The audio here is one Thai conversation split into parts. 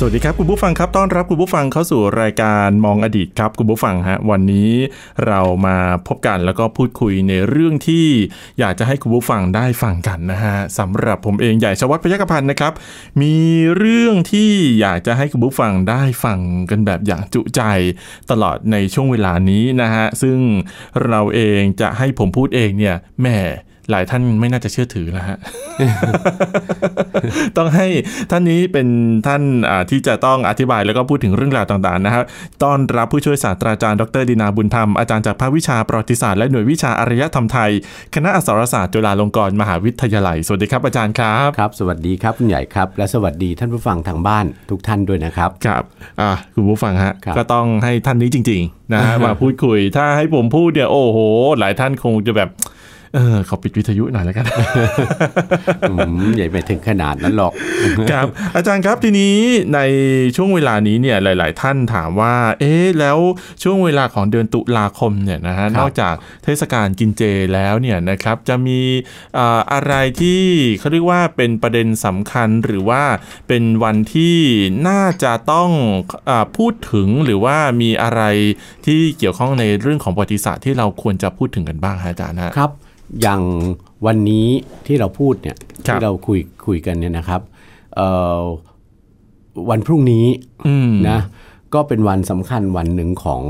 สวัสดีครับคุณผู้ฟังครับต้อนรับคุณผู้ฟังเข้าสู่รายการมองอดีตครับคุณผู้ฟังฮะวันนี้เรามาพบกันแล้วก็พูดคุยในเรื่องที่อยากจะให้คุณผู้ฟังได้ฟังกันนะฮะสำหรับผมเองใหญ่ชวัฒน์พยัคฆพันธ์นะครับ มีเรื่องที่อยากจะให้คุณผู้ฟังได้ฟังกันแบบอย่างจุใจตลอดในช่วงเวลานี้นะฮะซึ่งเราเองจะให้ผมพูดเองเนี่ยแหม่หลายท่านไม่น่าจะเชื่อถือแล้วฮะ ต้องให้ท่านนี้เป็นท่านอ่าที่จะต้องอธิบายแล้วก็พูดถึงเรื่องราวต่างๆนะครับต้อนรับผู้ช่วยศาสตราจารย์ดรดินาบุญธรรม อาจารย์จากภาควิชาประวัติศาสตร์และหน่วยวิชาอารยธรรมไทย คณะอักษรศาสตร์จุฬาลงกรณ์มหาวิทยาลัย สวัสดีครับอาจารย์ครับ ครับ สวัสดีครับคุณใหญ่ครับ และสวัสดีท่านผู้ฟังทางบ้านทุกท่านด้วยนะครับ ครับอ่ะคุณผู้ฟังฮะ ครับ ก็ต้องให้ท่านนี้จริงๆ นะฮะ มาพูดคุย ถ้าให้ผมพูดเนี่ยโอ้โห หลายท่านคงจะแบบ เออขอปิดวิทยุหน่อยแล้วกัน อืมใหญ่ไม่ถึงขนาดนั้นหรอก ครับอาจารย์ครับทีนี้ในช่วงเวลานี้เนี่ยหลาย ๆ ท่านถามว่า เอ๊ะแล้วช่วงเวลาของเดือนตุลาคมเนี่ยนะฮะ ครับ นอกจากเทศกาลกินเจแล้วเนี่ยนะครับจะมีเอ่ออะไรที่เขาเรียกว่าเป็นประเด็นสำคัญหรือว่าเป็นวันที่น่าจะต้องเออพูดถึงหรือว่ามีอะไรที่เกี่ยวข้องในเรื่องของประวัติศาสตร์ที่เราควรจะพูดถึงกันบ้างฮะอาจารย์ฮะ ครับ อย่างวันนี้ที่เราพูดเนี่ย ครับ ที่เราคุยคุยกันเนี่ยนะครับเอ่อวันพรุ่งนี้ อืม นะก็เป็นวันสำคัญวันหนึ่งของ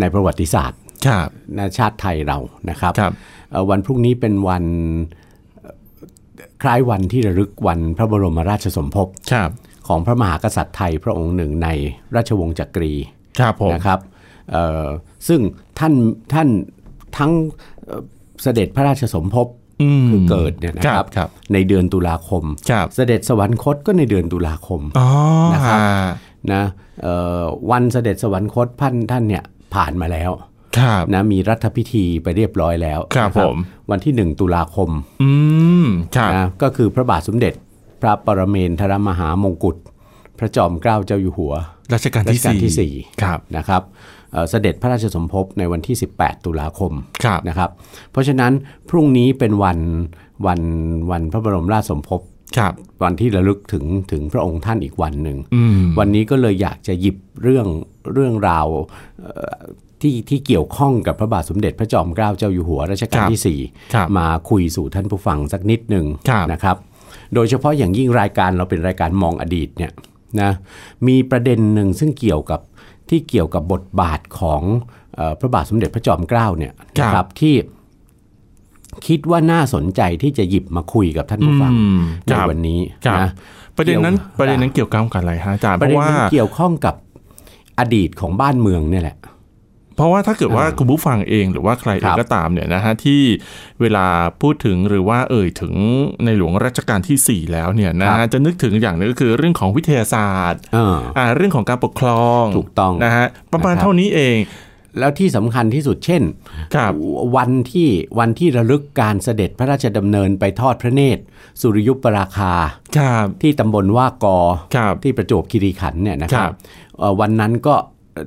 ในประวัติศาสตร์ ครับ ในชาติไทยเรานะครับ ครับ เอ่อวันพรุ่งนี้เป็นวันคล้ายวันที่ระลึกวันพระบรมราชสมภพ ครับ ของพระมหากษัตริย์ไทยพระองค์หนึ่งในราชวงศ์จักรี ครับผม นะครับเอ่อซึ่งท่านท่านทั้งเอ่อเสด็จพระราชสมภพ อืม เกิดเนี่ยนะครั ครับ ในเดือนตุลาคม ครับ เสด็จสวรรคตก็ในเดือนตุลาคม อ๋อ นะครับ อ่า นะเอ่อวันเสด็จสวรรคตพันท่านเนี่ยผ่านมาแล้ว ครับ นะมีรัฐพิธีไปเรียบร้อยแล้ว ครับ นะ ผม วันที่ 1 ตุลาคม อืม ครับ นะก็คือพระบาทสมเด็จ พระปรเมนทรมหามงกุฎพระจอมเกล้าเจ้าอยู่หัว รัชกาล รัช ที่ กาลที่ สี่ สี่ ครับ นะครับเอ่อเสด็จพระราชสมภพในวันที่ 18 ตุลาคม ครับ นะครับ เพราะฉะนั้นพรุ่งนี้เป็นวันวันวันพระบรมราชสมภพ ครับ วันที่ระลึกถึงถึงพระองค์ท่านอีกวันหนึ่ง อืม วันนี้ก็เลยอยากจะหยิบเรื่องเรื่องราวเอ่อที่ที่เกี่ยวข้องกับพระบาทสมเด็จพระจอมเกล้าเจ้าอยู่หัวรัชคกาลรับ ที่สี่ ครับ มาคุยสู่ท่านผู้ฟังสักนิดหนึ่ง ครับ นะครับ โดยเฉพาะอย่างยิ่งรายการเราเป็นรายการมองอดีตเนี่ยนะมีประเด็นหนึ่งซึ่งเกี่ยวกับที่เกี่ยวกับบทบาทของเออพระบาทสมเด็จพระจอมเกล้าเนี่ย ครับ นะครับที่คิดว่าน่าสนใจที่จะหยิบมาคุยกับท่านผู้ฟัง อืม ใน ครับ วันนี้ ครับ นะ ประเด็นนั้น เกี่ยว ประเด็นนั้นเกี่ยวข้องกับอะไรฮะอาจารย์ ป เพ ระเด็ ราะ น ว่า นั้นเกี่ยวข้องกับอดีตของบ้านเมืองเนี่ยแหละ เพราะว่าถ้าเกิดว่าคุณผู้ฟังเองหรือว่าใครเอ ครั ง บ ก็ตามเนี่ยนะฮะที่เวลาพูดถึงหรือว่าเอ่ยถึงในหลวงรัชกาลที่สี่แล้วเนี่ยนะ ครั ฮะ บ จะนึกถึงอย่างหนึงก็คือเรื่องของวิทยาศาสตร์ เออ อ่าเรื่องของการปกครอง ถูกต้อง นะฮะประมาณ นะครับ เท่านี้เอง แล้วที่สำคัญที่สุดเช่น ครับ วันที่วันที่ระลึกการเสด็จพระราชดำเนินไปทอดพระเนตร สุริยุปราคา ครับ ที่ตำบลว่ากอ ครับ ที่ประจวบคีรีขันธ์เนี่ยนะค ครั รับบ เอ่อวันนั้นก็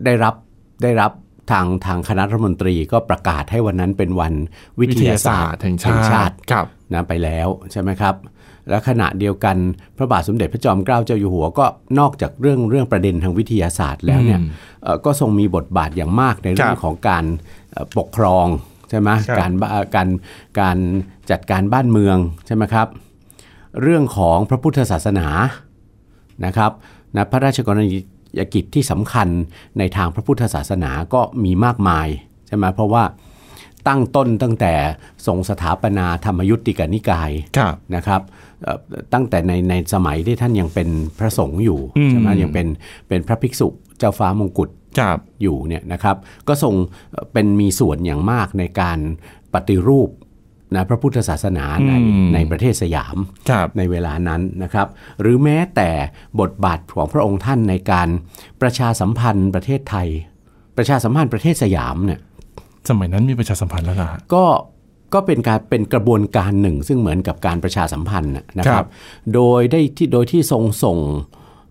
ได้รับได้รับทางทางคณะรัฐมนตรีก็ประกาศให้วันนั้นเป็นวันวิ วิ ทยายทาศา ศา ส ส ต ต ร์ ร์ แห่งชาติครับ นะไปแล้วใช่ไหมครับ และขณะเดียวกันพระบาทสมเด็จพระจอมเกล้าเจ้าอยู่หัวก็นอกจากเรื่องเรื่องประเด็นทางวิทยาศาสตร์แล้วเนี่ย อืม เอ่อก็ทรงมีบทบาทอย่างมากในเรื่คอง รับ ของการเอ่อปกครองใช่ไหม ครับ การบ้าการการจัดการบ้านเมืองใช่ไหมครับ เรื่องของพระพุทธศาสนานะครับนะพระราชกรณียกิจที่สำคัญในทางพระพุทธศาสนาก็มีมากมายใช่ไหมเพราะว่าตั้งต้นตั้งแต่ทรงสถาปนาธรรมยุติกนิกาย ครับ นะครับเอ่อตั้งแต่ในในสมัยที่ท่านยังเป็นพระสงฆ์อยู่ใช่ไหม อืม ยังเป็นเป็นพระภิกษุเจ้าฟ้ามงกุฎ ครับ อยู่เนี่ยนะครับก็ทรงเอ่อเป็นมีส่วนอย่างมากในการปฏิรูปนะพระพุทธศาสนาในในประเทศสยาม ครับ ในเวลานั้นนะครับ หรือแม้แต่บทบาทของพระองค์ท่านในการประชาสัมพันธ์ประเทศไทย ประชาสัมพันธ์ประเทศสยามเนี่ย สมัยนั้นมีประชาสัมพันธ์แล้วล่ะ ก็ก็เป็นการเป็นกระบวนการหนึ่ง ซึ่งเหมือนกับการประชาสัมพันธ์นะนะค ครั รับ บ โดยได้ที่โดยที่ทรงส่ง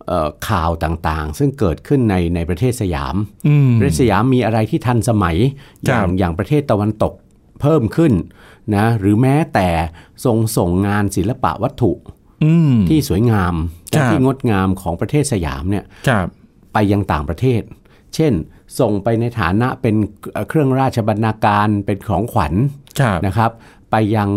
เอ่อข่าวต่างๆ ซึ่งเกิดขึ้นในในประเทศสยาม อืม ประเทศสยามมีอะไรที่ทันสมัยอ ครับ ย่างอย่างประเทศตะวันตกเพิ่มขึ้นนะหรือแม้แต่ทรงส่งงานศิลปะวัตถุ อืม ที่สวยงาม ครั และ บ ที่งดงามของประเทศสยามเนี่ย ครับ ไปยังต่างประเทศ เช่น ส่งไปในฐานะเป็นเอ่อเครื่องราชบรรณาการเป็นของขวัญ ครับ นะครับ ไปยัง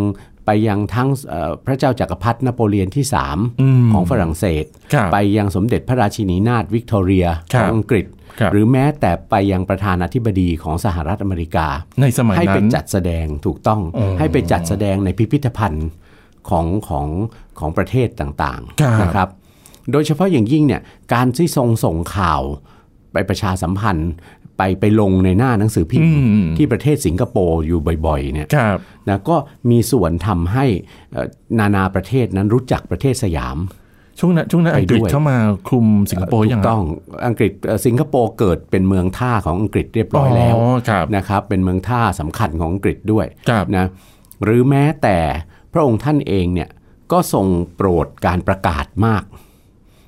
ไปยังทั้งเอ่อพระเจ้าจากักรพรรดินโปเลียนที่ อืม 3 ของฝรั่งเศส ครับ ไปยังสมเด็จพระราชินีนาถวิกตอเรีย ค ข รั อบ งอังกฤษ ครับ หรือแม้แต่ไปยังประธานาธิบดีของสหรัฐอเมริกา ในสมัย ให้ไป นั้น จัดแสดงถูกต้อง อ๋อ ให้ไปจัดแสดงในพิพิธภัณฑ์ของของของประเทศต่าง ครับ ๆนะครับ โดยเฉพาะอย่างยิ่งเนี่ยการที่ทรงส่งข่าวไปประชาสัมพันธ์ ไปไปลงในหน้าหนังสือพิม อื พ์ ม ที่ประเทศสิงคโปร์อยู่บ่อยๆเนี่ย ครับ นะก็มีส่วนทำให้เอ่อนานาประเทศนั้นรู้จักประเทศสยาม ช่วงนั้นช่วงนั้น ไป อังกฤษ ด้วย เข้ามาคลุมสิงคโปร์ ถู ยัง ก ไง ต้องอังกฤษเอ่อสิงคโปร์เกิดเป็นเมืองท่าของอังกฤษเรียบร้อยแล้ว อ๋อครับ นะครับเป็นเมืองท่าสำคัญของอังกฤษด้วย ครับ นะหรือแม้แต่พระองค์ท่านเองเนี่ยก็ทรงโปรดการประกาศมาก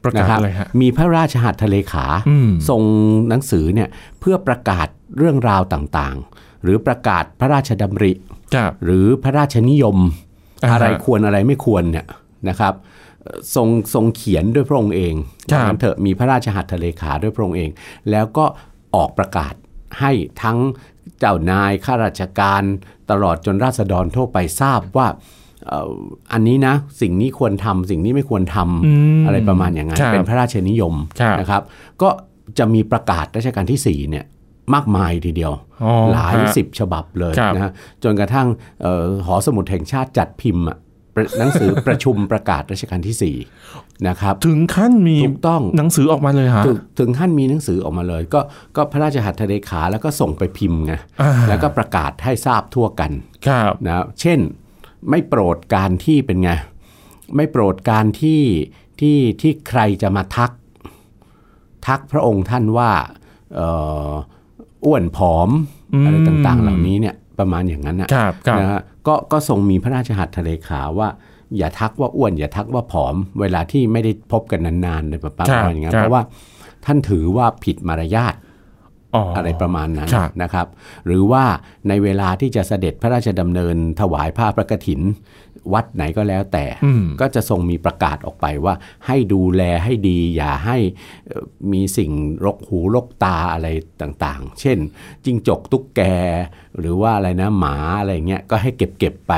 ประ นะ กาศ คบ อะไรฮะ มีพระราชหัตถเลขา อืม ส่งหนังสือเนี่ยเพื่อประกาศเรื่องราวต่างๆ หรือประกาศพระราชดำริ ครับ หรือพระราชนิยม อ่าฮะ อะไรควรอะไรไม่ควรเนี่ยนะครับเอ่อทรงทรงเขียนด้วยพระองค์เอง ครับ นั้นเถอะมีพระราชหัตถเลขาด้วยพระองค์เอง แล้วก็ออกประกาศให้ทั้งเจ้านายข้าราชการตลอดจนราษฎรทั่วไปทราบว่าเอ่ออันนี้นะสิ่งนี้ควรทำสิ่งนี้ไม่ควรทำ อืม อะไรประมาณอย่างนั้น ครับ เป็นพระราชนิยม ครับ นะครับ ก็จะมีประกาศรัชกาลที่สี่เนี่ยมากมายทีเดียว อ๋อ หลาย ฮะ สิบฉบับเลย ครับ นะฮะจนกระทั่งเอ่อหอสมุดแห่งชาติจัดพิมพ์อะประหนังสือ ประชุมประกาศรัชกาลที่ 4 นะครับ ถึงขั้นมี ถูกต้อง หนังสือออกมาเลยฮะ ถึงถึงขั้นมีหนังสือออกมาเลย ก็ก็พระราชหัตถเลขาแล้วก็ส่งไปพิมพ์ไง อ่า แล้วก็ประกาศให้ทราบทั่วกัน ครับ นะเช่นไม่โปรดการที่เป็นไง ไม่โปรดการที่ที่ที่ใครจะมาทัก ทักพระองค์ท่านว่าเอ่ออ้วนผอมอะไรต่างๆ เหล่านี้เนี่ยประมาณอย่างนั้นนะ ครับครับ นะฮะก็ก็ทรงมีพระราชหัตถเลขาว่า อย่าทักว่าอ้วน อย่าทักว่าผอม เวลาที่ไม่ได้พบกันนานๆเลยประมคาณรับ อย่างเงี้ย ครับ เพราะว่าท่านถือว่าผิดมารยาท อ๋ออ อะไรประมาณนั้น ครับ นะครับ หรือว่าในเวลาที่จะเสด็จพระราชดำเนินถวายผ้าพระกฐิน วัดไหนก็แล้วแต่ อืม ก็จะทรงมีประกาศออกไปว่า ให้ดูแลให้ดี อย่าให้เอ่อมีสิ่งรกหูรกตาอะไรต่างๆ เช่นจิ้งจกตุ๊กแก หรือว่าอะไรนะหมาอะไรเงี้ยก็ให้เก็บเก็บๆไป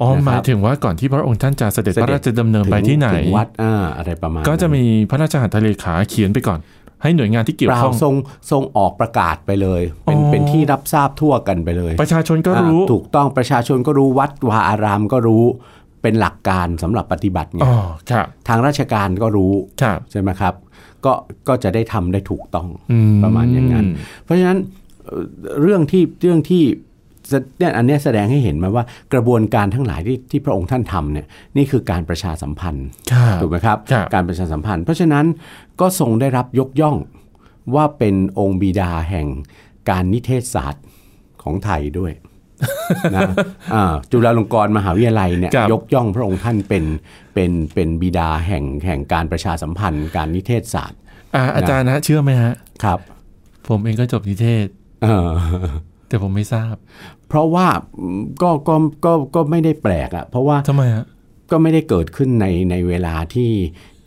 อ๋อ นะครัหบมายถึงว่าก่อนที่พระองค์ท่านจะเสด็จพระราชดำเนินไป ถึง ที่ไหน ถึงวัดอ่าอะไรประมาณ ก็จะมีพระราชหัตถเลขาเขียนไปก่อน ให้หน่วยงานที่เกี่ยว เปล่า ข้อง ทรงทรงออกประกาศไปเลย เป็น อ๋อ เป็นที่รับทราบทั่วกันไปเลย ประชาชนก็รู้ อ่าถูกต้องประชาชนก็รู้วัดวาอารามก็รู้เป็นหลักการสำหรับปฏิบัติไง อ๋อ ครับ ทางราชการก็รู้ ครับ ใช่ไหมครับ ก็ก็จะได้ทำได้ถูกต้อง อืม ประมาณอย่างนั้น เพราะฉะนั้นเอ่อเรื่องที่เรื่องที่แสเนี่ยอันเนี้ยแสดงให้เห็นมาว่ากระบวนการทั้งหลายที่ที่พระองค์ท่านทำเนี่ยนี่คือการประชาสัมพันธ์ ครับ ถูกไหมครับ ครับ การประชาสัมพันธ์ เพราะฉะนั้นก็ทรงได้รับยกย่องว่าเป็นองค์บิดาแห่งการนิเทศศาสตร์ของไทยด้วย นะอ่าจุฬาลงกรณ์มหาวิทยาลัยเนี่ย ครับ ยกย่องพระองค์ท่านเป็นเป็นเป็นบิดาแห่งแห่งการประชาสัมพันธ์ การนิเทศศาสตร์ อ่าอาจารย์นะเชื่อไหมฮะ ครับ ผมเองก็จบนิเทศ เอ อ แต่ผมไม่ทราบ เพราะว่าอืมก็ก็ก็ก็ไม่ได้แปลกอะเพราะว่า ทำไมฮะ ก็ไม่ได้เกิดขึ้นในในเวลาที่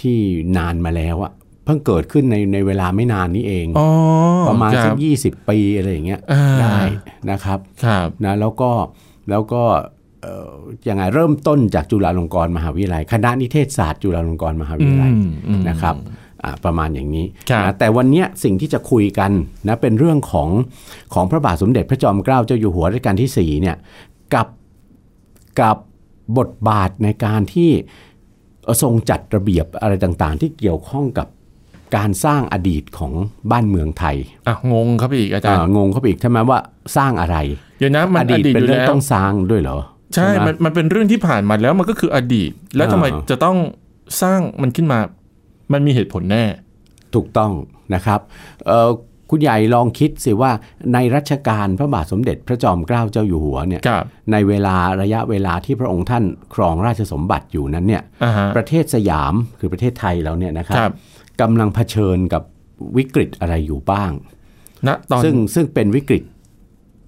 ที่นานมาแล้วอะเพิ่งเกิดขึ้นในในเวลาไม่นานนี้เอง อ๋อ ประมาณ ค สั บ กยี่สิบปีอะไรอย่างเงี้ย อ่า ได้นะครับ ครับ นะแล้วก็แล้วก็เอ่อยังไงเริ่มต้นจากจุฬาลงกรณ์มหาวิทยาลัยคณะนิเทศศาสตร์จุฬาลงกรณ์มหาวิ อื ทยาลัย มอืม นะครับอ่าประมาณอย่างนี้ ครับ นะแต่วันเนี้ยสิ่งที่จะคุยกันนะเป็นเรื่องของของพระบาทสมเด็จพระจอมเกล้าเจ้าอยู่หัวรัชกาลที่4เนี่ยกับกับบทบาทในการที่เอ่อทรงจัดระเบียบอะไรต่างๆ ที่เกี่ยวข้องกับการสร้างอดีตของบ้านเมืองไทย อ่ะงงครับอีกอาจารย์ อ่างงเข้าไปอีกใช่ไหมว่าสร้างอะไร เดี๋ยวนะมัน อ อ ดี ดี ต ต เป็น อยู่ เรื่อง แล้ว ต้องสร้างด้วยเหรอ ใช่ ไห มันมันเป็นเรื่องที่ผ่านมาแล้วมันก็คืออดีต แล้วทำไม อ่า จะต้องสร้างมันขึ้นมา มันมีเหตุผลแน่ ถูกต้องนะครับเอ่อ คุณใหญ่ลองคิดสิว่าในรัชกาลพระบาทสมเด็จพระจอมเกล้าเจ้าอยู่หัวเนี่ย ครับ ในเวลาระยะเวลาที่พระองค์ท่านครองราชสมบัติอยู่นั้นเนี่ย อ่าฮะ ประเทศสยามคือประเทศไทยเราเนี่ยนะครั ครับ กำลังเผชิญกับวิกฤตอะไรอยู่บ้าง ณตอน ซึ่งซึ่งเป็นวิกฤต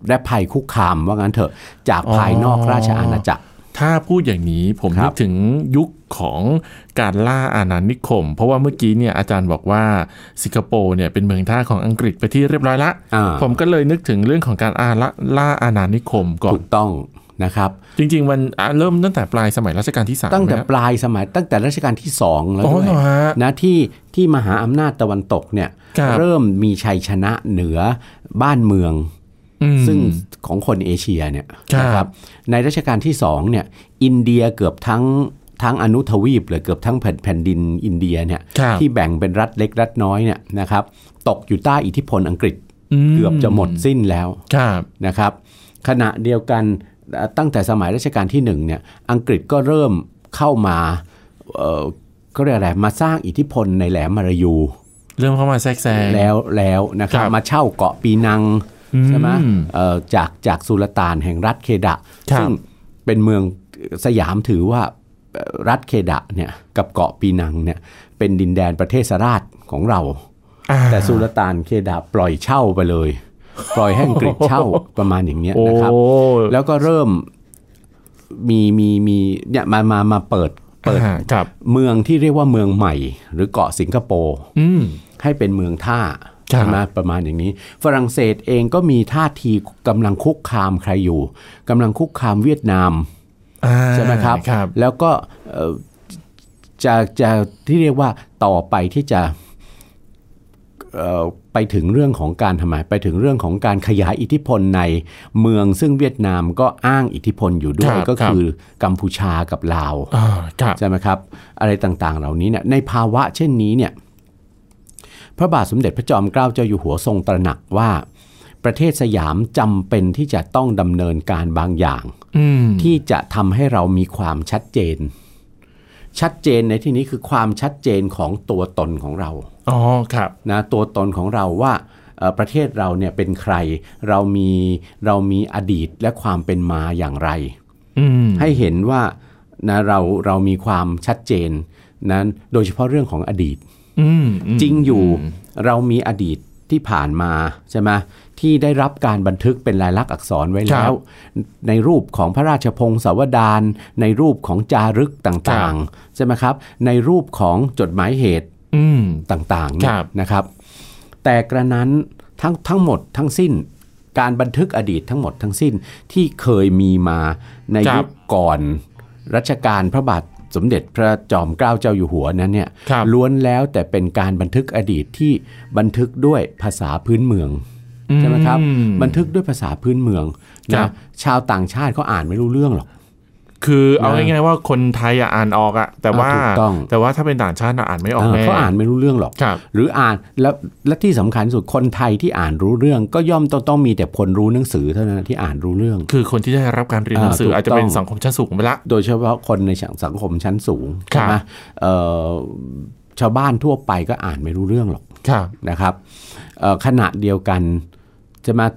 และภัยคุกคามว่างั้นเถอะจากภายนอก อ๋อ ราชอาณาจักร ถ้าพูดอย่างนี้ผม ครั นึ บ กถึงยุคของการล่าอาณานิคม เพราะว่าเมื่อกี้เนี่ยอาจารย์บอกว่าสิงคโปร์เนี่ยเป็นเมืองท่าของอังกฤษไปที่เรียบร้อยละ อ่า ผมก็เลยนึกถึงเรื่องของการอาละล่าอาณานิคมก่อน ถูกต้องนะครับ จริงๆ มันอ่ะเริ่มตั้งแต่ปลายสมัยรัชกาลที่สาม ตั้งแต่ ไหมฮะ ปลายสมัยตั้งแต่รัชกาลที่สองแล้ว อ๋อ ด้วย เหรอฮะ นะที่ที่มหาอำนาจตะวันตกเนี่ย ครับ เริ่มมีชัยชนะเหนือบ้านเมือง อืม ซึ่งของคนเอเชียเนี่ย ครับ นะในรัชกาลที่สองเนี่ยอินเดียเกือบทั้งทั้งอนุทวีปเลยเกือบทั้งแผ่นแผ่นดินอินเดียเนี่ย ครับ ที่แบ่งเป็นรัฐเล็กรัฐน้อยเนี่ยนะครับตกอยู่ใต้อิทธิพลอังกฤษ ม เกือบจะหมดสิ้นแล้ว ครับ นะครับขณะเดียวกันเอ่อตั้งแต่สมัยรัชกาลที่หนึ่งเนี่ยอังกฤษก็เริ่มเข้ามาเอ่อก็เรียกอะไรมาสร้างอิทธิพลในแหลมมารายู เริ่มเข้ามาแทรกแซง แล้วแล้วนะครับ ครับ มาเช่าเกาะปีนังใช่ไหม อืม เอ่อจากจากสุลต่านแห่งรัฐเคดะ ครับ ซึ่งเป็นเมืองสยามถือว่าเอ่อรัฐเคดะเนี่ยกับเกาะปีนังเนี่ยเป็นดินแดนประเทศราชของเรา อ่า แต่สุลต่านเคดะปล่อยเช่าไปเลย ปล่อยให้อังกฤษเช่าประมาณอย่างเนี้ยนะครับ โอ้ แล้วก็เริ่มมีมีมีเนี่ยมามามาเปิดเปิด อ่าครับ เมืองที่เรียกว่าเมืองใหม่ หรือเกาะสิงคโปร์ อืม ให้เป็นเมืองท่า ครับ ใช่ไหมประมาณอย่างนี้ ฝรั่งเศสเองก็มีท่าทีกำลังคุกคามใครอยู่กำลังคุกคามเวียดนาม อ่า ใช่ไหมครับ ครับ แล้วก็เอ่อจะจะที่เรียกว่าต่อไปที่จะเอ่อไปถึงเรื่องของการทำไมไปถึงเรื่องของการขยายอิทธิพลในเมืองซึ่งเวียดนามก็อ้างอิทธิพลอยู่ด้วยก็คือกัมพูชากับลาว อ่าครับ ใช่ไหมครับ อะไรต่างๆ เหล่านี้เนี่ยในภาวะเช่นนี้เนี่ยพระบาทสมเด็จพระจอมเกล้าเจ้าอยู่หัวทรงตระหนักว่า ประเทศสยามจำเป็นที่จะต้องดำเนินการบางอย่าง อืม ที่จะทำให้เรามีความชัดเจน ชัดเจนในที่นี้คือความชัดเจนของตัวตนของเรา อ๋อ ครับ นะตัวตนของเราว่าเอ่อประเทศเราเนี่ยเป็นใคร เรามีเรามีอดีตและความเป็นมาอย่างไร อืม ให้เห็นว่านะเราเรามีความชัดเจนนั้นโดยเฉพาะเรื่องของอดีต อืมอืม จริงอยู่เรามีอดีตที่ผ่านมาใช่ไหมที่ได้รับการบันทึกเป็นลายลักษณ์อักษรไว้แล้ ครั ว บ ในรูปของพระราชพงศาวดารในรูปของจารึกต่าง ครับ ๆใช่ไหมครับในรูปของจดหมายเหตุ อืม ต่างๆเนี่ ค ย รับ นะครับ แต่กระนั้นทั้งทั้งหมดทั้งสิ้นการบันทึกอดีตทั้งหมดทั้งสิ้นที่เคยมีมาในยุคก่อนรัชกาลพระบาทสมเด็จพระจอมเกล้าเจ้าอยู่หัวนั้นเนี่ย ครับ ล้วนแล้วแต่เป็นการบันทึกอดีตที่บันทึกด้วยภาษาพื้นเมืองใช่ไหมครับ อืม บันทึกด้วยภาษาพื้นเมือง ครั นะ บ ชาวต่างชาติเขาอ่านไม่รู้เรื่องหรอก คือเอาง่ายๆว่าคนไทยอะอ่านออกอะแต่ว่า อ่าถูกต้อง แต่ว่าถ้าเป็นต่างชาติอะอ่านไม่ออก เออ แน่ เขาอ่านไม่รู้เรื่องหรอก ครับ หรืออ่านแล้วและที่สำคัญที่สุดคนไทยที่อ่านรู้เรื่อง ก็ย่อมต้องต้องมีแต่คนรู้หนังสือเท่านั้นที่อ่านรู้เรื่อง คือคนที่ได้รับการเรียนหนังสืออา อ่า จ ถูกจะต้องเป็นสังคมชั้นสูงไปละ โดยเฉพาะคนในสังคมชั้นสูง ครับ ใช่ไหมเอ่อชาวบ้านทั่วไปก็อ่านไม่รู้เรื่องหรอก ครับ นะครับเอ่อขณะเดียวกันจะมา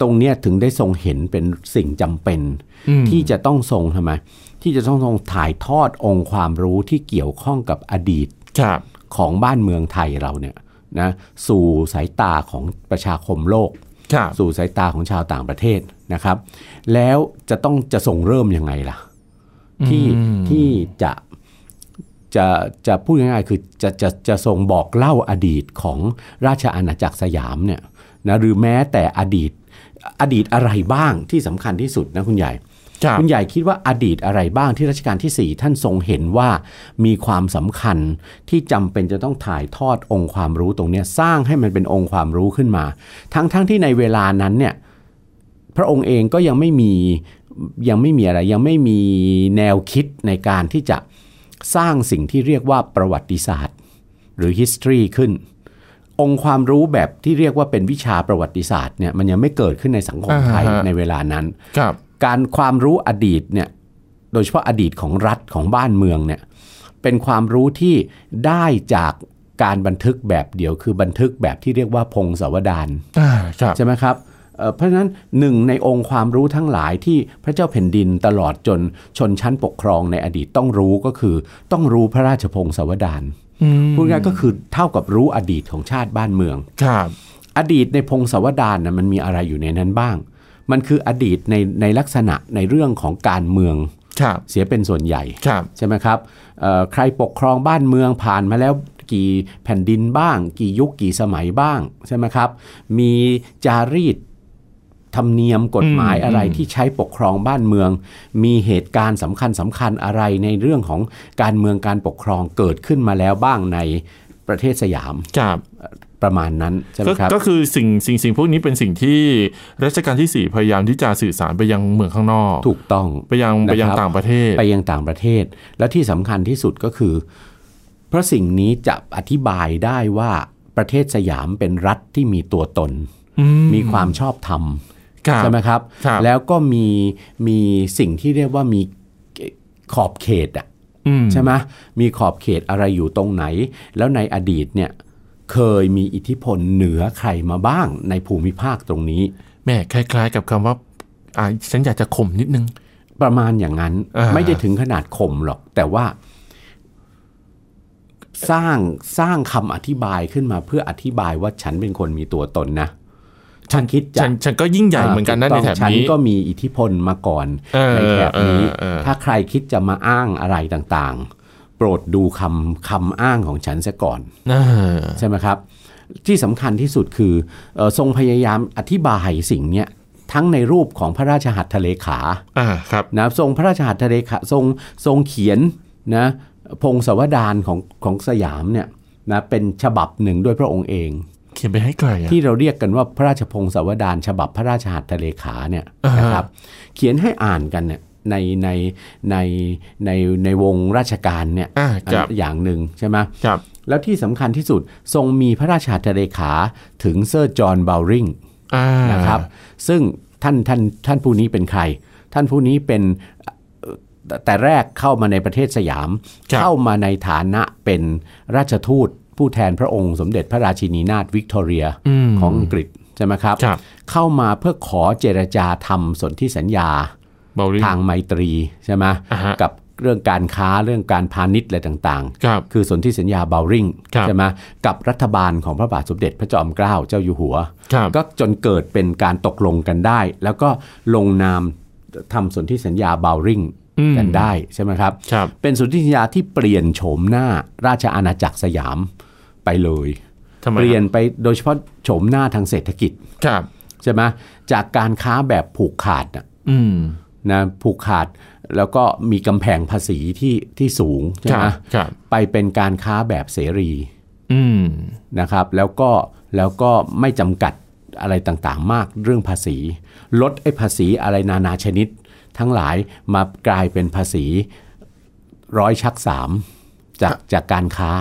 ตรงเนี้ยถึงได้ทรงเห็นเป็นสิ่งจำเป็น อืม ที่จะต้องทรงทำไมที่จะต้องทรงถ่ายทอดองค์ความรู้ที่เกี่ยวข้องกับอดีต ครับ ของบ้านเมืองไทยเราเนี่ยนะสู่สายตาของประชาคมโลก ครับ สู่สายตาของชาวต่างประเทศนะครับ แล้วจะต้องจะส่งเริ่มยังไงล่ะ ที่ อืม ที่จะจะจะพูดง่ายๆคือจะจะจะส่งบอกเล่าอดีตของราชอาณาจักรสยามเนี่ยนะหรือแม้แต่อดีตอดีตอะไรบ้างที่สำคัญที่สุดนะคุณใหญ่ ครับ คุณใหญ่คิดว่าอดีตอะไรบ้างที่รัชกาลที่ 4 ท่านทรงเห็นว่ามีความสำคัญที่จำเป็นจะต้องถ่ายทอดองค์ความรู้ตรงเนี้ยสร้างให้มันเป็นองค์ความรู้ขึ้นมา ทั้งๆทที่ในเวลานั้นเนี่ยพระองค์เองก็ยังไม่มียังไม่มีอะไร ยังไม่มีแนวคิดในการที่จะสร้างสิ่งที่เรียกว่าประวัติศาสตร์ หรือ history ขึ้น องค์ความรู้แบบที่เรียกว่าเป็นวิชาประวัติศาสตร์เนี่ยมันยังไม่เกิดขึ้นในสังคมไทย อ่าฮะ ในเวลานั้น ครับ การความรู้อดีตเนี่ยโดยเฉพาะอดีตของรัฐของบ้านเมืองเนี่ยเป็นความรู้ที่ได้จาก การบันทึกแบบเดียวคือบันทึกแบบที่เรียกว่าพงศาวดาร อ่าครับ ใช่ไหมครับเอ่อเพราะฉะนั้นหนึ่งในองค์ความรู้ทั้งหลายที่พระเจ้าแผ่นดินตลอดจนชนชั้นปกครองในอดีตต้องรู้ก็คือ ต้องรู้พระราชพงศาวดาร อืม พูดง่ายๆก็คือเท่ากับรู้อดีตของชาติบ้านเมือง ครับ อดีตในพงศาวดารนะมันมีอะไรอยู่ในนั้นบ้าง มันคืออดีตในในลักษณะในเรื่องของการเมือง ครับ เสียเป็นส่วนใหญ่ ครับ ใช่ไหมครับเอ่อใครปกครองบ้านเมืองผ่านมาแล้วกี่แผ่นดินบ้าง กี่ยุคกี่สมัยบ้างใช่ไหมครับ มีจารีตธรรมเนียมกฎหมาย อืม อะไร อืม ที่ใช้ปกครองบ้านเมือง มีเหตุการณ์สำคัญสำคัญๆอะไรในเรื่องของการเมืองการปกครองเกิดขึ้นมาแล้วบ้างในประเทศสยาม ครับ ประมาณนั้นใช่ไหม ก็ ครับ ก็คือสิ่งสิ่งสิ่งพวกนี้เป็นสิ่งที่รัชกาลที่ 4 พยายามที่จะสื่อสารไปยังเมืองข้างนอก ถูกต้อง ไปยังไปยัง นะครับ ต่างประเทศ ไปยังต่างประเทศ และที่สำคัญที่สุดก็คือ เพราะสิ่งนี้จะอธิบายได้ว่าประเทศสยามเป็นรัฐที่มีตัวตน อืม มีความชอบธรรม ครับ ใช่ไหมครับ ครับ แล้วก็มีมีสิ่งที่เรียกว่ามีขอบเขตอะ อืม ใช่ไหมมีขอบเขตอะไรอยู่ตรงไหน แล้วในอดีตเนี่ยเคยมีอิทธิพลเหนือใครมาบ้างในภูมิภาคตรงนี้ แม่คล้าย ๆ กับคำว่าอ่า ฉันอยากจะข่มนิดนึง ประมาณอย่างนั้น อ่า ไม่ได้ถึงขนาดข่มหรอก แต่ว่า สร้างสร้างคำอธิบายขึ้นมาเพื่ออธิบายว่าฉันเป็นคนมีตัวตนนะฉันคิดจะ ฉันฉันก็ยิ่งใหญ่เหมือนกันนะในถูต้ง แถบ ฉัน นี้ ก็มีอิทธิพลมาก่อน เออ ในแถบนี้ เออเออเออ ถ้าใครคิดจะมาอ้างอะไรต่างๆ โปรดดูคำคำอ้างของฉันซะก่อน อ่า ใช่ไหมครับ ที่สำคัญที่สุดคือเออทรงพยายามอธิบายสิ่งเนี้ยทั้งในรูปของพระราชหัตถเลขา อ่าครับ นะทรงพระราชหัตถเลขาทรงทรงเขียนนะพงศาวดารของของสยามเนี่ยนะเป็นฉบับหนึ่งด้วยพระองค์เอง เขียนไปให้ใครอ่ะ ที่เราเรียกกันว่าพระราชพงศาวดารฉบับพระราชหัตถเลขาเนี่ยนะครับเขียนให้อ่านกันเนี่ยในในในในในวงราชการเนี่ย อ่าครับ อย่างหนึ่งใช่ไหม ครับ แล้วที่สำคัญที่สุดทรงมีพระราชหัตถเลขาถึงเซอร์จอห์นบาวริง อ่า นะครับซึ่งท่านท่านท่านผู้นี้เป็นใคร ท่านผู้นี้เป็นเอ่อแต่แรกเข้ามาในประเทศสยาม เข้ามาในฐานะเป็นราชทูตผู้แทนพระองค์สมเด็จพระราชินีนาถวิกตอเรีย อืม ของอังกฤษใช่ไหมครับ ครับ เข้ามาเพื่อขอเจรจาทำสนธิสัญญา เบลลิ ทางไมตรีใช่ไหม อ่าฮะ กับเรื่องการค้าเรื่องการพาณิชย์อะไรต่าง ๆ ครับ คือสนธิสัญญาเบาริง ครับ ใช่ไหมกับรัฐบาลของพระบาทสมเด็จพระจอมเกล้าเจ้าอยู่หัว ครับ ก็จนเกิดเป็นการตกลงกันได้ แล้วก็ลงนามทำสนธิสัญญาเบาริง อืม กันได้ใช่ไหมครับ ครับ เป็นสนธิสัญญาที่เปลี่ยนโฉมหน้าราชอาณาจักรสยามไปเลย ทำไม เปลี่ยน ครับ ไปโดยเฉพาะโฉมหน้าทางเศรษฐกิจ ครับ ใช่ไหมจากการค้าแบบผูกขาดน่ะ อืม นะผูกขาดแล้วก็มีกำแพงภาษีที่ที่สูงใช่ไหคมรับครับ ไปเป็นการค้าแบบเสรี อืม นะครับ แล้วก็แล้วก็ไม่จำกัดอะไรต่างๆ มากเรื่องภาษี ลดไอ้ภาษีอะไรนานาชนิด ทั้งหลายมากลายเป็นภาษีร้อยชักสามจากจากการค้า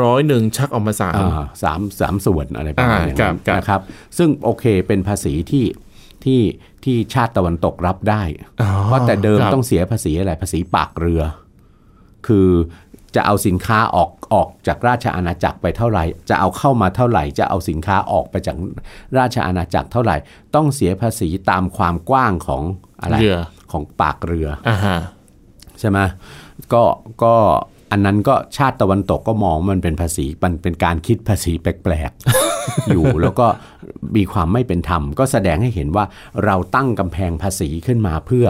ร้อยหนึ่งชักออกมาสาม อ่าสามสามส่วนอะไรประมาณอย่าง อ่าครั นั้ บ น ครับ นะครับ ซึ่งโอเคเป็นภาษีที่ที่ที่ชาติตะวันตกรับได้ อ๋อ เพราะแต่เดิม ครับ ต้องเสียภาษีอะไรภาษีปากเรือ คือจะเอาสินค้าออกออกจากราชอาณาจักรไปเท่าไหร่ จะเอาเข้ามาเท่าไหร่ จะเอาสินค้าออกไปจากราชอาณาจักรเท่าไหร่ ต้องเสียภาษีตามความกว้างของอะไร เรือ ของปากเรือ อ่าฮะ ใช่ไหมก็ก็อันนั้นก็ชาติตะวันตกก็มองมันเป็นภาษีมันเป็นการคิดภาษีแปลกๆ อยู่แล้วก็มีความไม่เป็นธรรม ก็แสดงให้เห็นว่าเราตั้งกำแพงภาษีขึ้นมาเพื่อ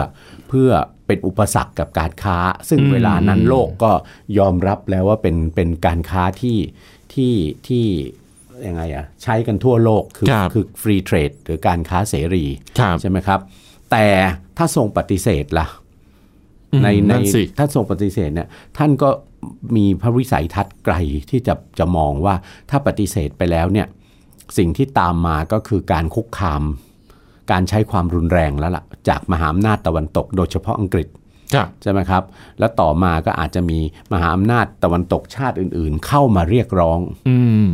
เพื่อเป็นอุปสรรคกับการค้า ซึ่งเวลานั้นโลกก็ยอมรับแล้วว่าเป็นเป็นการค้าที่ที่ที่ยังไงอะใช้กันทั่วโลกคือคือฟรีเทรดหรือการค้าเสรี ครับ ใช่ไหมครับ แต่ถ้าทรงปฏิเสธล่ะ อืม ในใน นั่นสิ ถ้าทรงปฏิเสธเนี่ยท่านก็มีพระวิสัยทัศน์ไกลที่จะจะมองว่าถ้าปฏิเสธไปแล้วเนี่ยสิ่งที่ตามมาก็คือการคุกคาม การใช้ความรุนแรงแล้วล่ะ จากมหาอำนาจตะวันตก โดยเฉพาะอังกฤษ ครับ ใช่ไหมครับ แล้วต่อมาก็อาจจะมีมหาอำนาจตะวันตกชาติอื่น ๆ เข้ามาเรียกร้อง อืม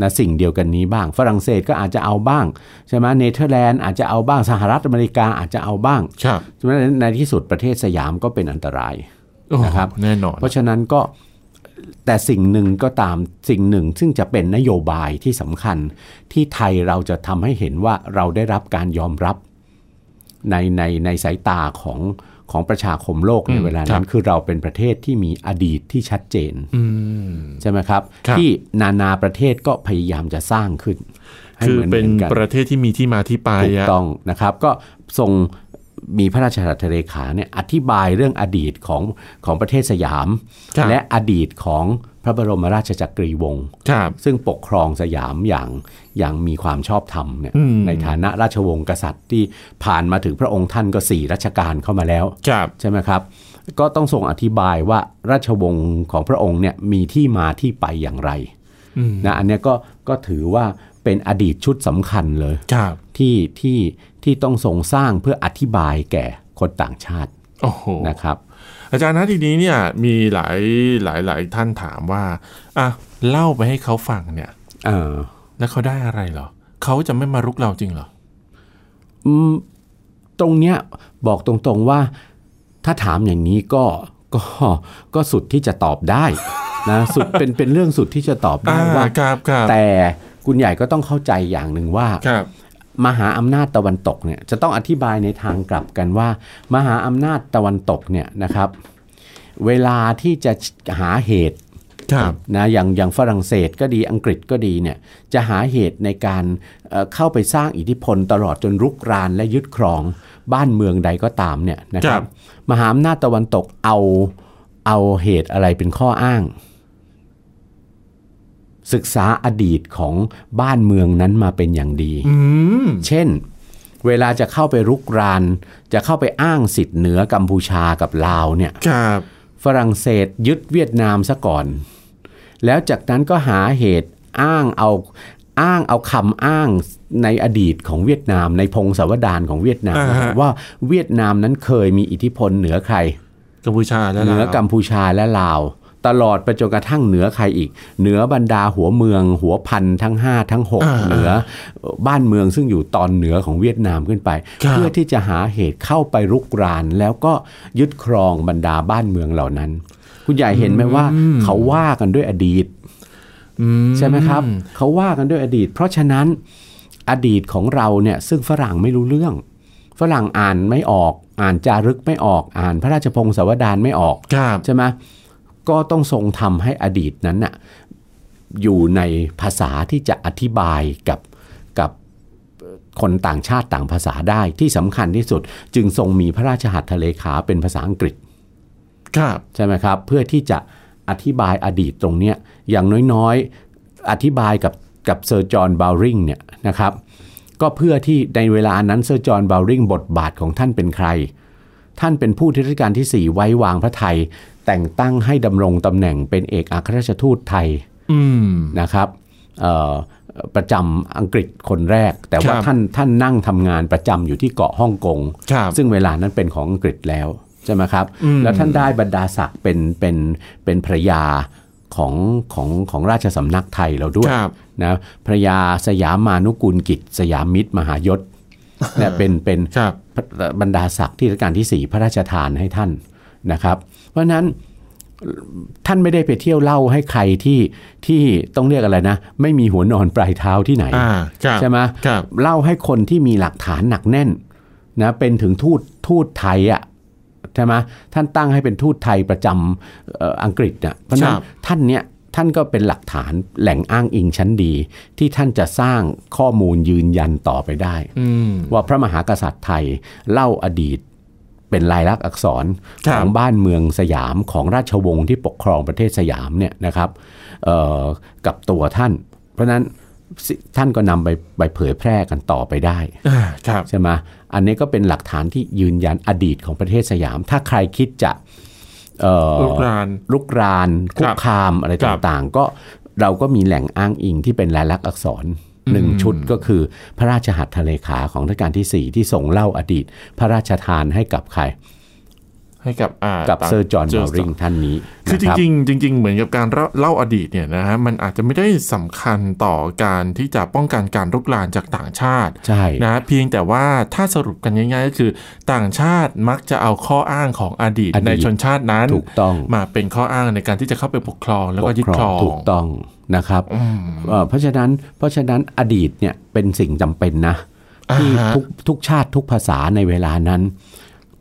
นะสิ่งเดียวกันนี้บ้าง ฝรั่งเศสก็อาจจะเอาบ้างใช่ไหมเนเธอร์แลนด์อาจจะเอาบ้างสหรัฐอเมริกาอาจจะเอาบ้าง ครับ ฉะนั้นในที่สุดประเทศสยามก็เป็นอันตราย โอ้โห นะครับ แน่นอน เพราะฉะนั้นก็ แต่สิ่งหนึ่งก็ตามสิ่งหนึ่ง ซึ่งจะเป็นนโยบายที่สำคัญ ที่ไทยเราจะทำให้เห็นว่าเราได้รับการยอมรับในในในสายตาของของประชาคมโลกใน อืม เวลา ครั นั้ บ นคือเราเป็นประเทศที่มีอดีตที่ชัดเจน อืม ใช่ไหมครับ ครับ ที่นานาประเทศก็พยายามจะสร้างขึ้น ให้ คือ เหมือน เป็น ๆกัน ประเทศที่มีที่มาที่ไป ถูก อะ ต้องนะครับก็ทรงมีพระราชหัตถเลขาเนี่ยอธิบายเรื่องอดีตของของประเทศสยาม ครับ และอดีตของพระบรมราชจักรีวงศ์ ครับ ซึ่งปกครองสยามอย่างอย่างมีความชอบธรรมเนี่ย อืม ในฐานะราชวงศ์กษัตริย์ที่ผ่านมาถึงพระองค์ท่านก็สี่รัชกาลเข้ามาแล้ว ครับ ใช่ไหมครับ ก็ต้องทรงอธิบายว่าราชวงศ์ของพระองค์เนี่ยมีที่มาที่ไปอย่างไร อืม นะอันเนี้ยก็ก็ถือว่าเป็นอดีตชุดสำคัญเลย ครับ ที่ที่ที่ต้องทรงสร้างเพื่ออธิบายแก่คนต่างชาติ โอ้โห นะครับ อาจารย์นะทีนี้เนี่ยมีหลายหลายหลายท่านถามว่าอ่ะเล่าไปให้เขาฟังเนี่ย เอ่อ แล้วเขาได้อะไรเหรอ เขาจะไม่มารุกเราจริงเหรอ อืมตรงเนี้ยบอกตรงๆว่าถ้าถามอย่างนี้ก็ก็ก็สุดที่จะตอบได้นะสุดเป็นเป็นเรื่องสุดที่จะตอบได้ อ่า ว่า ครับครับ แต่คุณใหญ่ก็ต้องเข้าใจอย่างหนึ่งว่า ครับ มหาอำนาจตะวันตกเนี่ยจะต้องอธิบายในทางกลับกันว่า มหาอำนาจตะวันตกเนี่ยนะครับ เวลาที่จะหาเหตุ ครับ นะอย่างอย่างฝรั่งเศสก็ดีอังกฤษก็ดีเนี่ยจะหาเหตุในการเอ่อเข้าไปสร้างอิทธิพลตลอดจนรุกรานและยึดครองบ้านเมืองใดก็ตามเนี่ยนะค ครั รับ บ มหาอำนาจตะวันตกเอาเอาเหตุอะไรเป็นข้ออ้าง ศึกษาอดีตของบ้านเมืองนั้นมาเป็นอย่างดี อืม เช่น เวลาจะเข้าไปรุกราน จะเข้าไปอ้างสิทธิ์เหนือกัมพูชากับลาวเนี่ย ครับ ฝรั่งเศสยึดเวียดนามซะก่อน แล้วจากนั้นก็หาเหตุอ้างเอาอ้างเอาคำอ้างในอดีตของเวียดนาม ในพงศาวดารของเวียดนาม อ่าฮะ ว่าเวียดนามนั้นเคยมีอิทธิพลเหนือใคร กัมพูชาแล้ว เหนือกัมพูชาและลาว ตลอดไปจนกระทั่งเหนือใครอีก เหนือบรรดาหัวเมือง หัวพันทั้ง 5 ทั้ง 6 เหนือบ้านเมืองซึ่งอยู่ตอนเหนือของเวียดนามขึ้นไป เพื่อที่จะหาเหตุเข้าไปรุกราน แล้วก็ยึดครองบรรดาบ้านเมืองเหล่านั้น คุณใหญ่เห็นไหมว่าเขาว่ากันด้วยอดีต อืม ใช่ไหมครับ เขาว่ากันด้วยอดีต เพราะฉะนั้นอดีตของเราเนี่ยซึ่งฝรั่งไม่รู้เรื่อง ฝรั่งอ่านไม่ออก อ่านจารึกไม่ออก อ่านพระราชพงศาวดารไม่ออก ครับ ใช่ไหมก็ต้องทรงทำให้อดีตนั้นน่ะอยู่ในภาษาที่จะอธิบายกับกับคนต่างชาติต่างภาษาได้ที่สำคัญที่สุด จึงทรงมีพระราชหัตถเลขาเป็นภาษาอังกฤษ ครับ ใช่ไหมครับเพื่อที่จะอธิบายอดีตตรงเนี้ยอย่างน้อยๆ อธิบายกับกับเซอร์จอห์นบาวริงเนี่ยนะครับ ก็เพื่อที่ในเวลานั้นเซอร์จอห์นบาวริงบทบาทของท่านเป็นใคร ท่านเป็นผู้ที่รัชกาลที่ 4 ไว้วางพระไทย แต่งตั้งให้ดำรงตำแหน่งเป็นเอกอัครราชทูตไทย อืม นะครับเอ่อประจำอังกฤษคนแรก แต่ว่า ครับ ท่านท่านนั่งทำงานประจำอยู่ที่เกาะฮ่องกง ครับ ซึ่งเวลานั้นเป็นของอังกฤษแล้ว ใช่ไหมครับ แล้วท่านได้บรรดาศักดิ์เป็นเป็นเป็นภรรยาของของของราชสำนักไทยเราด้วย ครับ นะภรรยาสยามมานุกูลกิจ สยามมิตรมหายศเนี่ยเป็นเป็น ครับ บรรดาศักดิ์ที่รัชกาลที่สี่พระราชทานให้ท่านนะครับ เพราะฉะนั้นท่านไม่ได้ไปเที่ยวเล่าให้ใครที่ที่ต้องเรียกอะไรนะ ไม่มีหัวนอนปลายเท้าที่ไหน อ่า ครับ ใช่ไหม ครับ เล่าให้คนที่มีหลักฐานหนักแน่นนะเป็นถึงทูตทูตไทยอ่ะใช่ไหมท่านตั้งให้เป็นทูตไทยประจำเอ่ออังกฤษน่ะเพราะฉะคนั้รั น บ ท่านเนี่ยท่านก็เป็นหลักฐานแหล่งอ้างอิงชั้นดี ที่ท่านจะสร้างข้อมูลยืนยันต่อไปได้ อืม ว่าพระมหากษัตริย์ไทยเล่าอดีตเป็นลายลักษณ์อักษร ครั ข บ องบ้านเมืองสยามของราชวงศ์ที่ปกครองประเทศสยามเนี่ยนะครับเอ่อกับตัวท่าน เพราะฉะนั้นสิท่านก็นำไปไปเผยแพร่กันต่อไปได้ อ่า ครับ ใช่ไหมอันนี้ก็เป็นหลักฐานที่ยืนยันอดีตของประเทศสยาม ถ้าใครคิดจะเอ่อ ลูกราน ลุกราน ค คุ รั ก บ คามอะไร ครับ ต่างๆ ก็เราก็มีแหล่งอ้างอิงที่เป็นลายลักษณ์อักษรหนึ่งชุดก็คือพระราชหัตถเลขาของรัชกาลที่ 4 ที่ส่งเล่าอดีต พระราชทานให้กับใคร ให้กับอ่า กับ ต่าง เซอร์จอห์นบาริงท่านนี้ คือจ นะรับ ริงๆจริง ๆ เหมือนกับการเล่าเล่าอดีตเนี่ยนะฮะมันอาจจะไม่ได้สำคัญต่อการที่จะป้องกันการรุกรานจากต่างชาติ ใช่ นะฮะเพียงแต่ว่าถ้าสรุปกันง่าย ๆ ก็คือต่างชาติมักจะเอาข้ออ้างของอดีต อดีต ในชนชาตินั้น ถูกต้อง มาเป็นข้ออ้างในการที่จะเข้าไปปกครองแล้วก็ยึดครอง ถูกต้องนะครับ อืม เอ่อเพราะฉะนั้นเพราะฉะนั้นอดีตเนี่ยเป็นสิ่งจำเป็นนะที่ อ่าฮะ ทุกทุกชาติทุกภาษาในเวลานั้น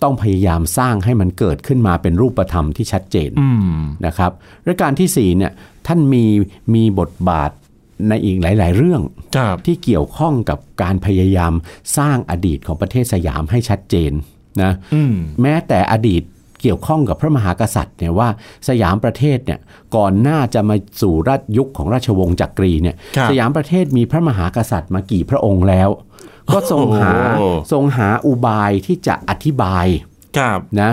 ต้องพยายามสร้างให้มันเกิดขึ้นมาเป็นรูปธรรมที่ชัดเจน อืม นะครับรัชกาลที่สี่เนี่ยท่านมีมีบทบาทในอีกหลาย ๆ เรื่อง ครับ ที่เกี่ยวข้องกับการพยายามสร้างอดีตของประเทศสยามให้ชัดเจนนะ อืม แม้แต่อดีตเกี่ยวข้องกับพระมหากษัตริย์เนี่ยว่าสยามประเทศเนี่ยก่อนหน้าจะมาสู่รัชยุคของราชวงศ์จักรีเนี่ย ครับ สยามประเทศมีพระมหากษัตริย์มากี่พระองค์แล้ว ก็ทรงหา โอ้โห ทรงหาอุบายที่จะอธิบาย ครับ นะ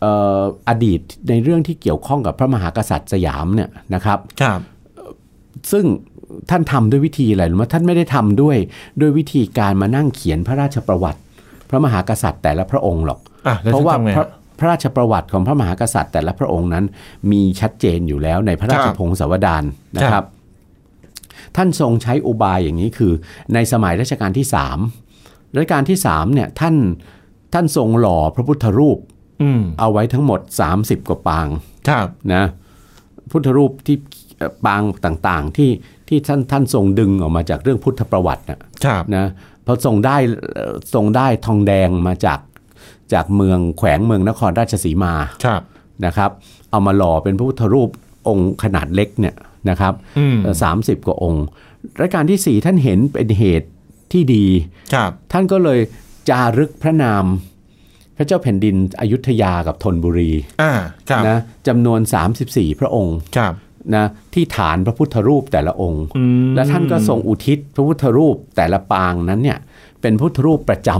เอ่ออดีตในเรื่องที่เกี่ยวข้องกับพระมหากษัตริย์สยามเนี่ยนะครับ ครับ ซึ่งท่านทำด้วยวิธีอะไรหรือว่าท่านไม่ได้ทำด้วยด้วยวิธีการมานั่งเขียนพระราชประวัติ เพระมหากษัตริย์แต่ละพระองค์หรอก อ่ะแล้ว เพราะว่า ท่านทำไง พฮะระพระราชประวัติของพระมหากษัตริย์แต่ละพระองค์นั้นมีชัดเจนอยู่แล้วในพระรา ค ช รับ พงศาวดารนะค ครั รับ บ ท่านทรงใช้อุบายอย่างนี้คือ ในสมัยรัชกาลที่สามรัชกาลที่สามเนี่ยท่านท่านทรงหล่อพระพุทธรูป อืม เอาไว้ทั้งหมด 30 กว่าปาง ครับ นะพุทธรูปที่เอ่อปางต่างๆที่ที่ท่านท่านทรงดึงออกมาจากเรื่องพุทธประวัตินะครับ นะเพราะทรงได้เอ่อทรงได้ทองแดงมาจากจากเมืองแขวงเมืองนครราชสีมา ครับ นะครับ เอามาหล่อเป็นพระพุทธรูปองค์ขนาดเล็กเนี่ยนะครับ อืม สามสิบกว่าองค์รัชกาลที่สี่ท่านเห็นเป็นเหตุที่ดี ครับ ท่านก็เลยจารึกพระนาม พระเจ้าแผ่นดินอยุธยากับธนบุรี อ่า ครับ นะจำนวน 34 พระองค์ ครับ นะที่ฐานพระพุทธรูปแต่ละองค์ อืม และท่านก็ทรงอุทิศพระพุทธรูปแต่ละปางนั้นเนี่ยเป็นพุทธรูปประจ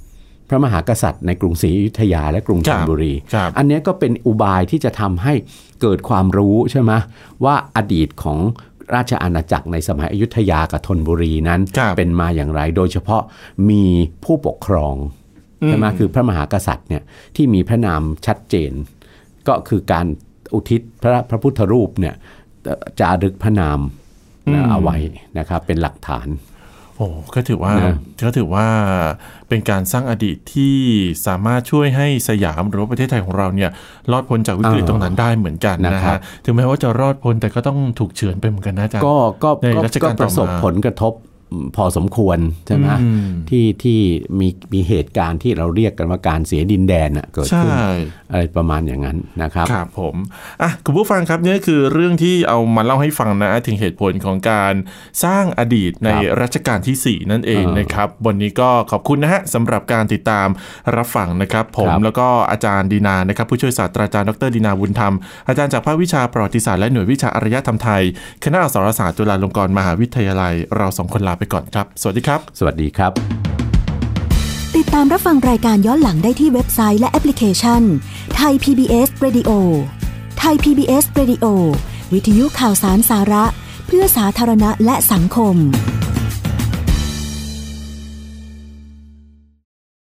ำพระมหากษัตริย์ในกรุงศรีอยุธยาและกรุงธนบุรี ครับ อันเนี้ยก็เป็นอุบายที่จะทำให้เกิดความรู้ใช่ไหมว่าอดีตของราชอาณาจักรในสมัยอยุธยากับธนบุรีนั้น ครับ เป็นมาอย่างไรโดยเฉพาะมีผู้ปกครอง อืม ใช่ไหมคือพระมหากษัตริย์เนี่ยที่มีพระนามชัดเจน ก็คือการอุทิศพระพระพุทธรูปเนี่ยจารึกพระนามนะเอาไว้นะครับเป็นหลักฐาน โอ้ก็ถือว่า นะ ก็ถือว่าเป็นการสร้างอดีตที่สามารถช่วยให้สยามหรือว่าประเทศไทยของเราเนี่ยรอดพ้นจากวิกฤตตรงนั้นได้เหมือนกันนะ นะครั ฮะ บ ถึงแม้ว่าจะรอดพ้นแต่ก็ต้องถูกเฉือนไปเหมือนกันนะอาจารย์ ก็ก็ ใน ก็ รัช ก็ กาลต่อมา ประสบผลกระทบพอสมควรใช่ไหม อืม ที่ที่มีมีเหตุการณ์ที่เราเรียกกันว่าการเสียดินแดนน่ะเกิด ใช่ ขึ้นอะไรประมาณอย่างนั้นนะครับ ครับผมอ่ะคุณผู้ฟังครับนี่คือเรื่องที่เอามาเล่าให้ฟังนะถึงเหตุผลของการสร้างอดีตใน ครับ รัชกาลที่ 4 นั่นเอง เออ นะครับวันนี้ก็ขอบคุณนะฮะสำหรับการติดตามรับฟังนะครับ ผม ครับ แล้วก็อาจารย์ดีนานะครับผู้ช่วยศาสตราจารย์ดรดีนาบุญธรรม อาจารย์จากภาควิชาประวัติศาสตร์และหน่วยวิชาอารยธรรมไทย คณะอักษรศาสตร์จุฬาลงกรณ์มหาวิทยาลัย เราสองคนลาไปก่อนครับ สวัสดีครับ สวัสดีครับ ติดตามรับฟังรายการย้อนหลังได้ที่เว็บไซต์และแอปพลิเคชันไทย PBS Radio ไทย PBS Radio วิทยุข่าวสารสาระ เพื่อสาธารณะและสังคม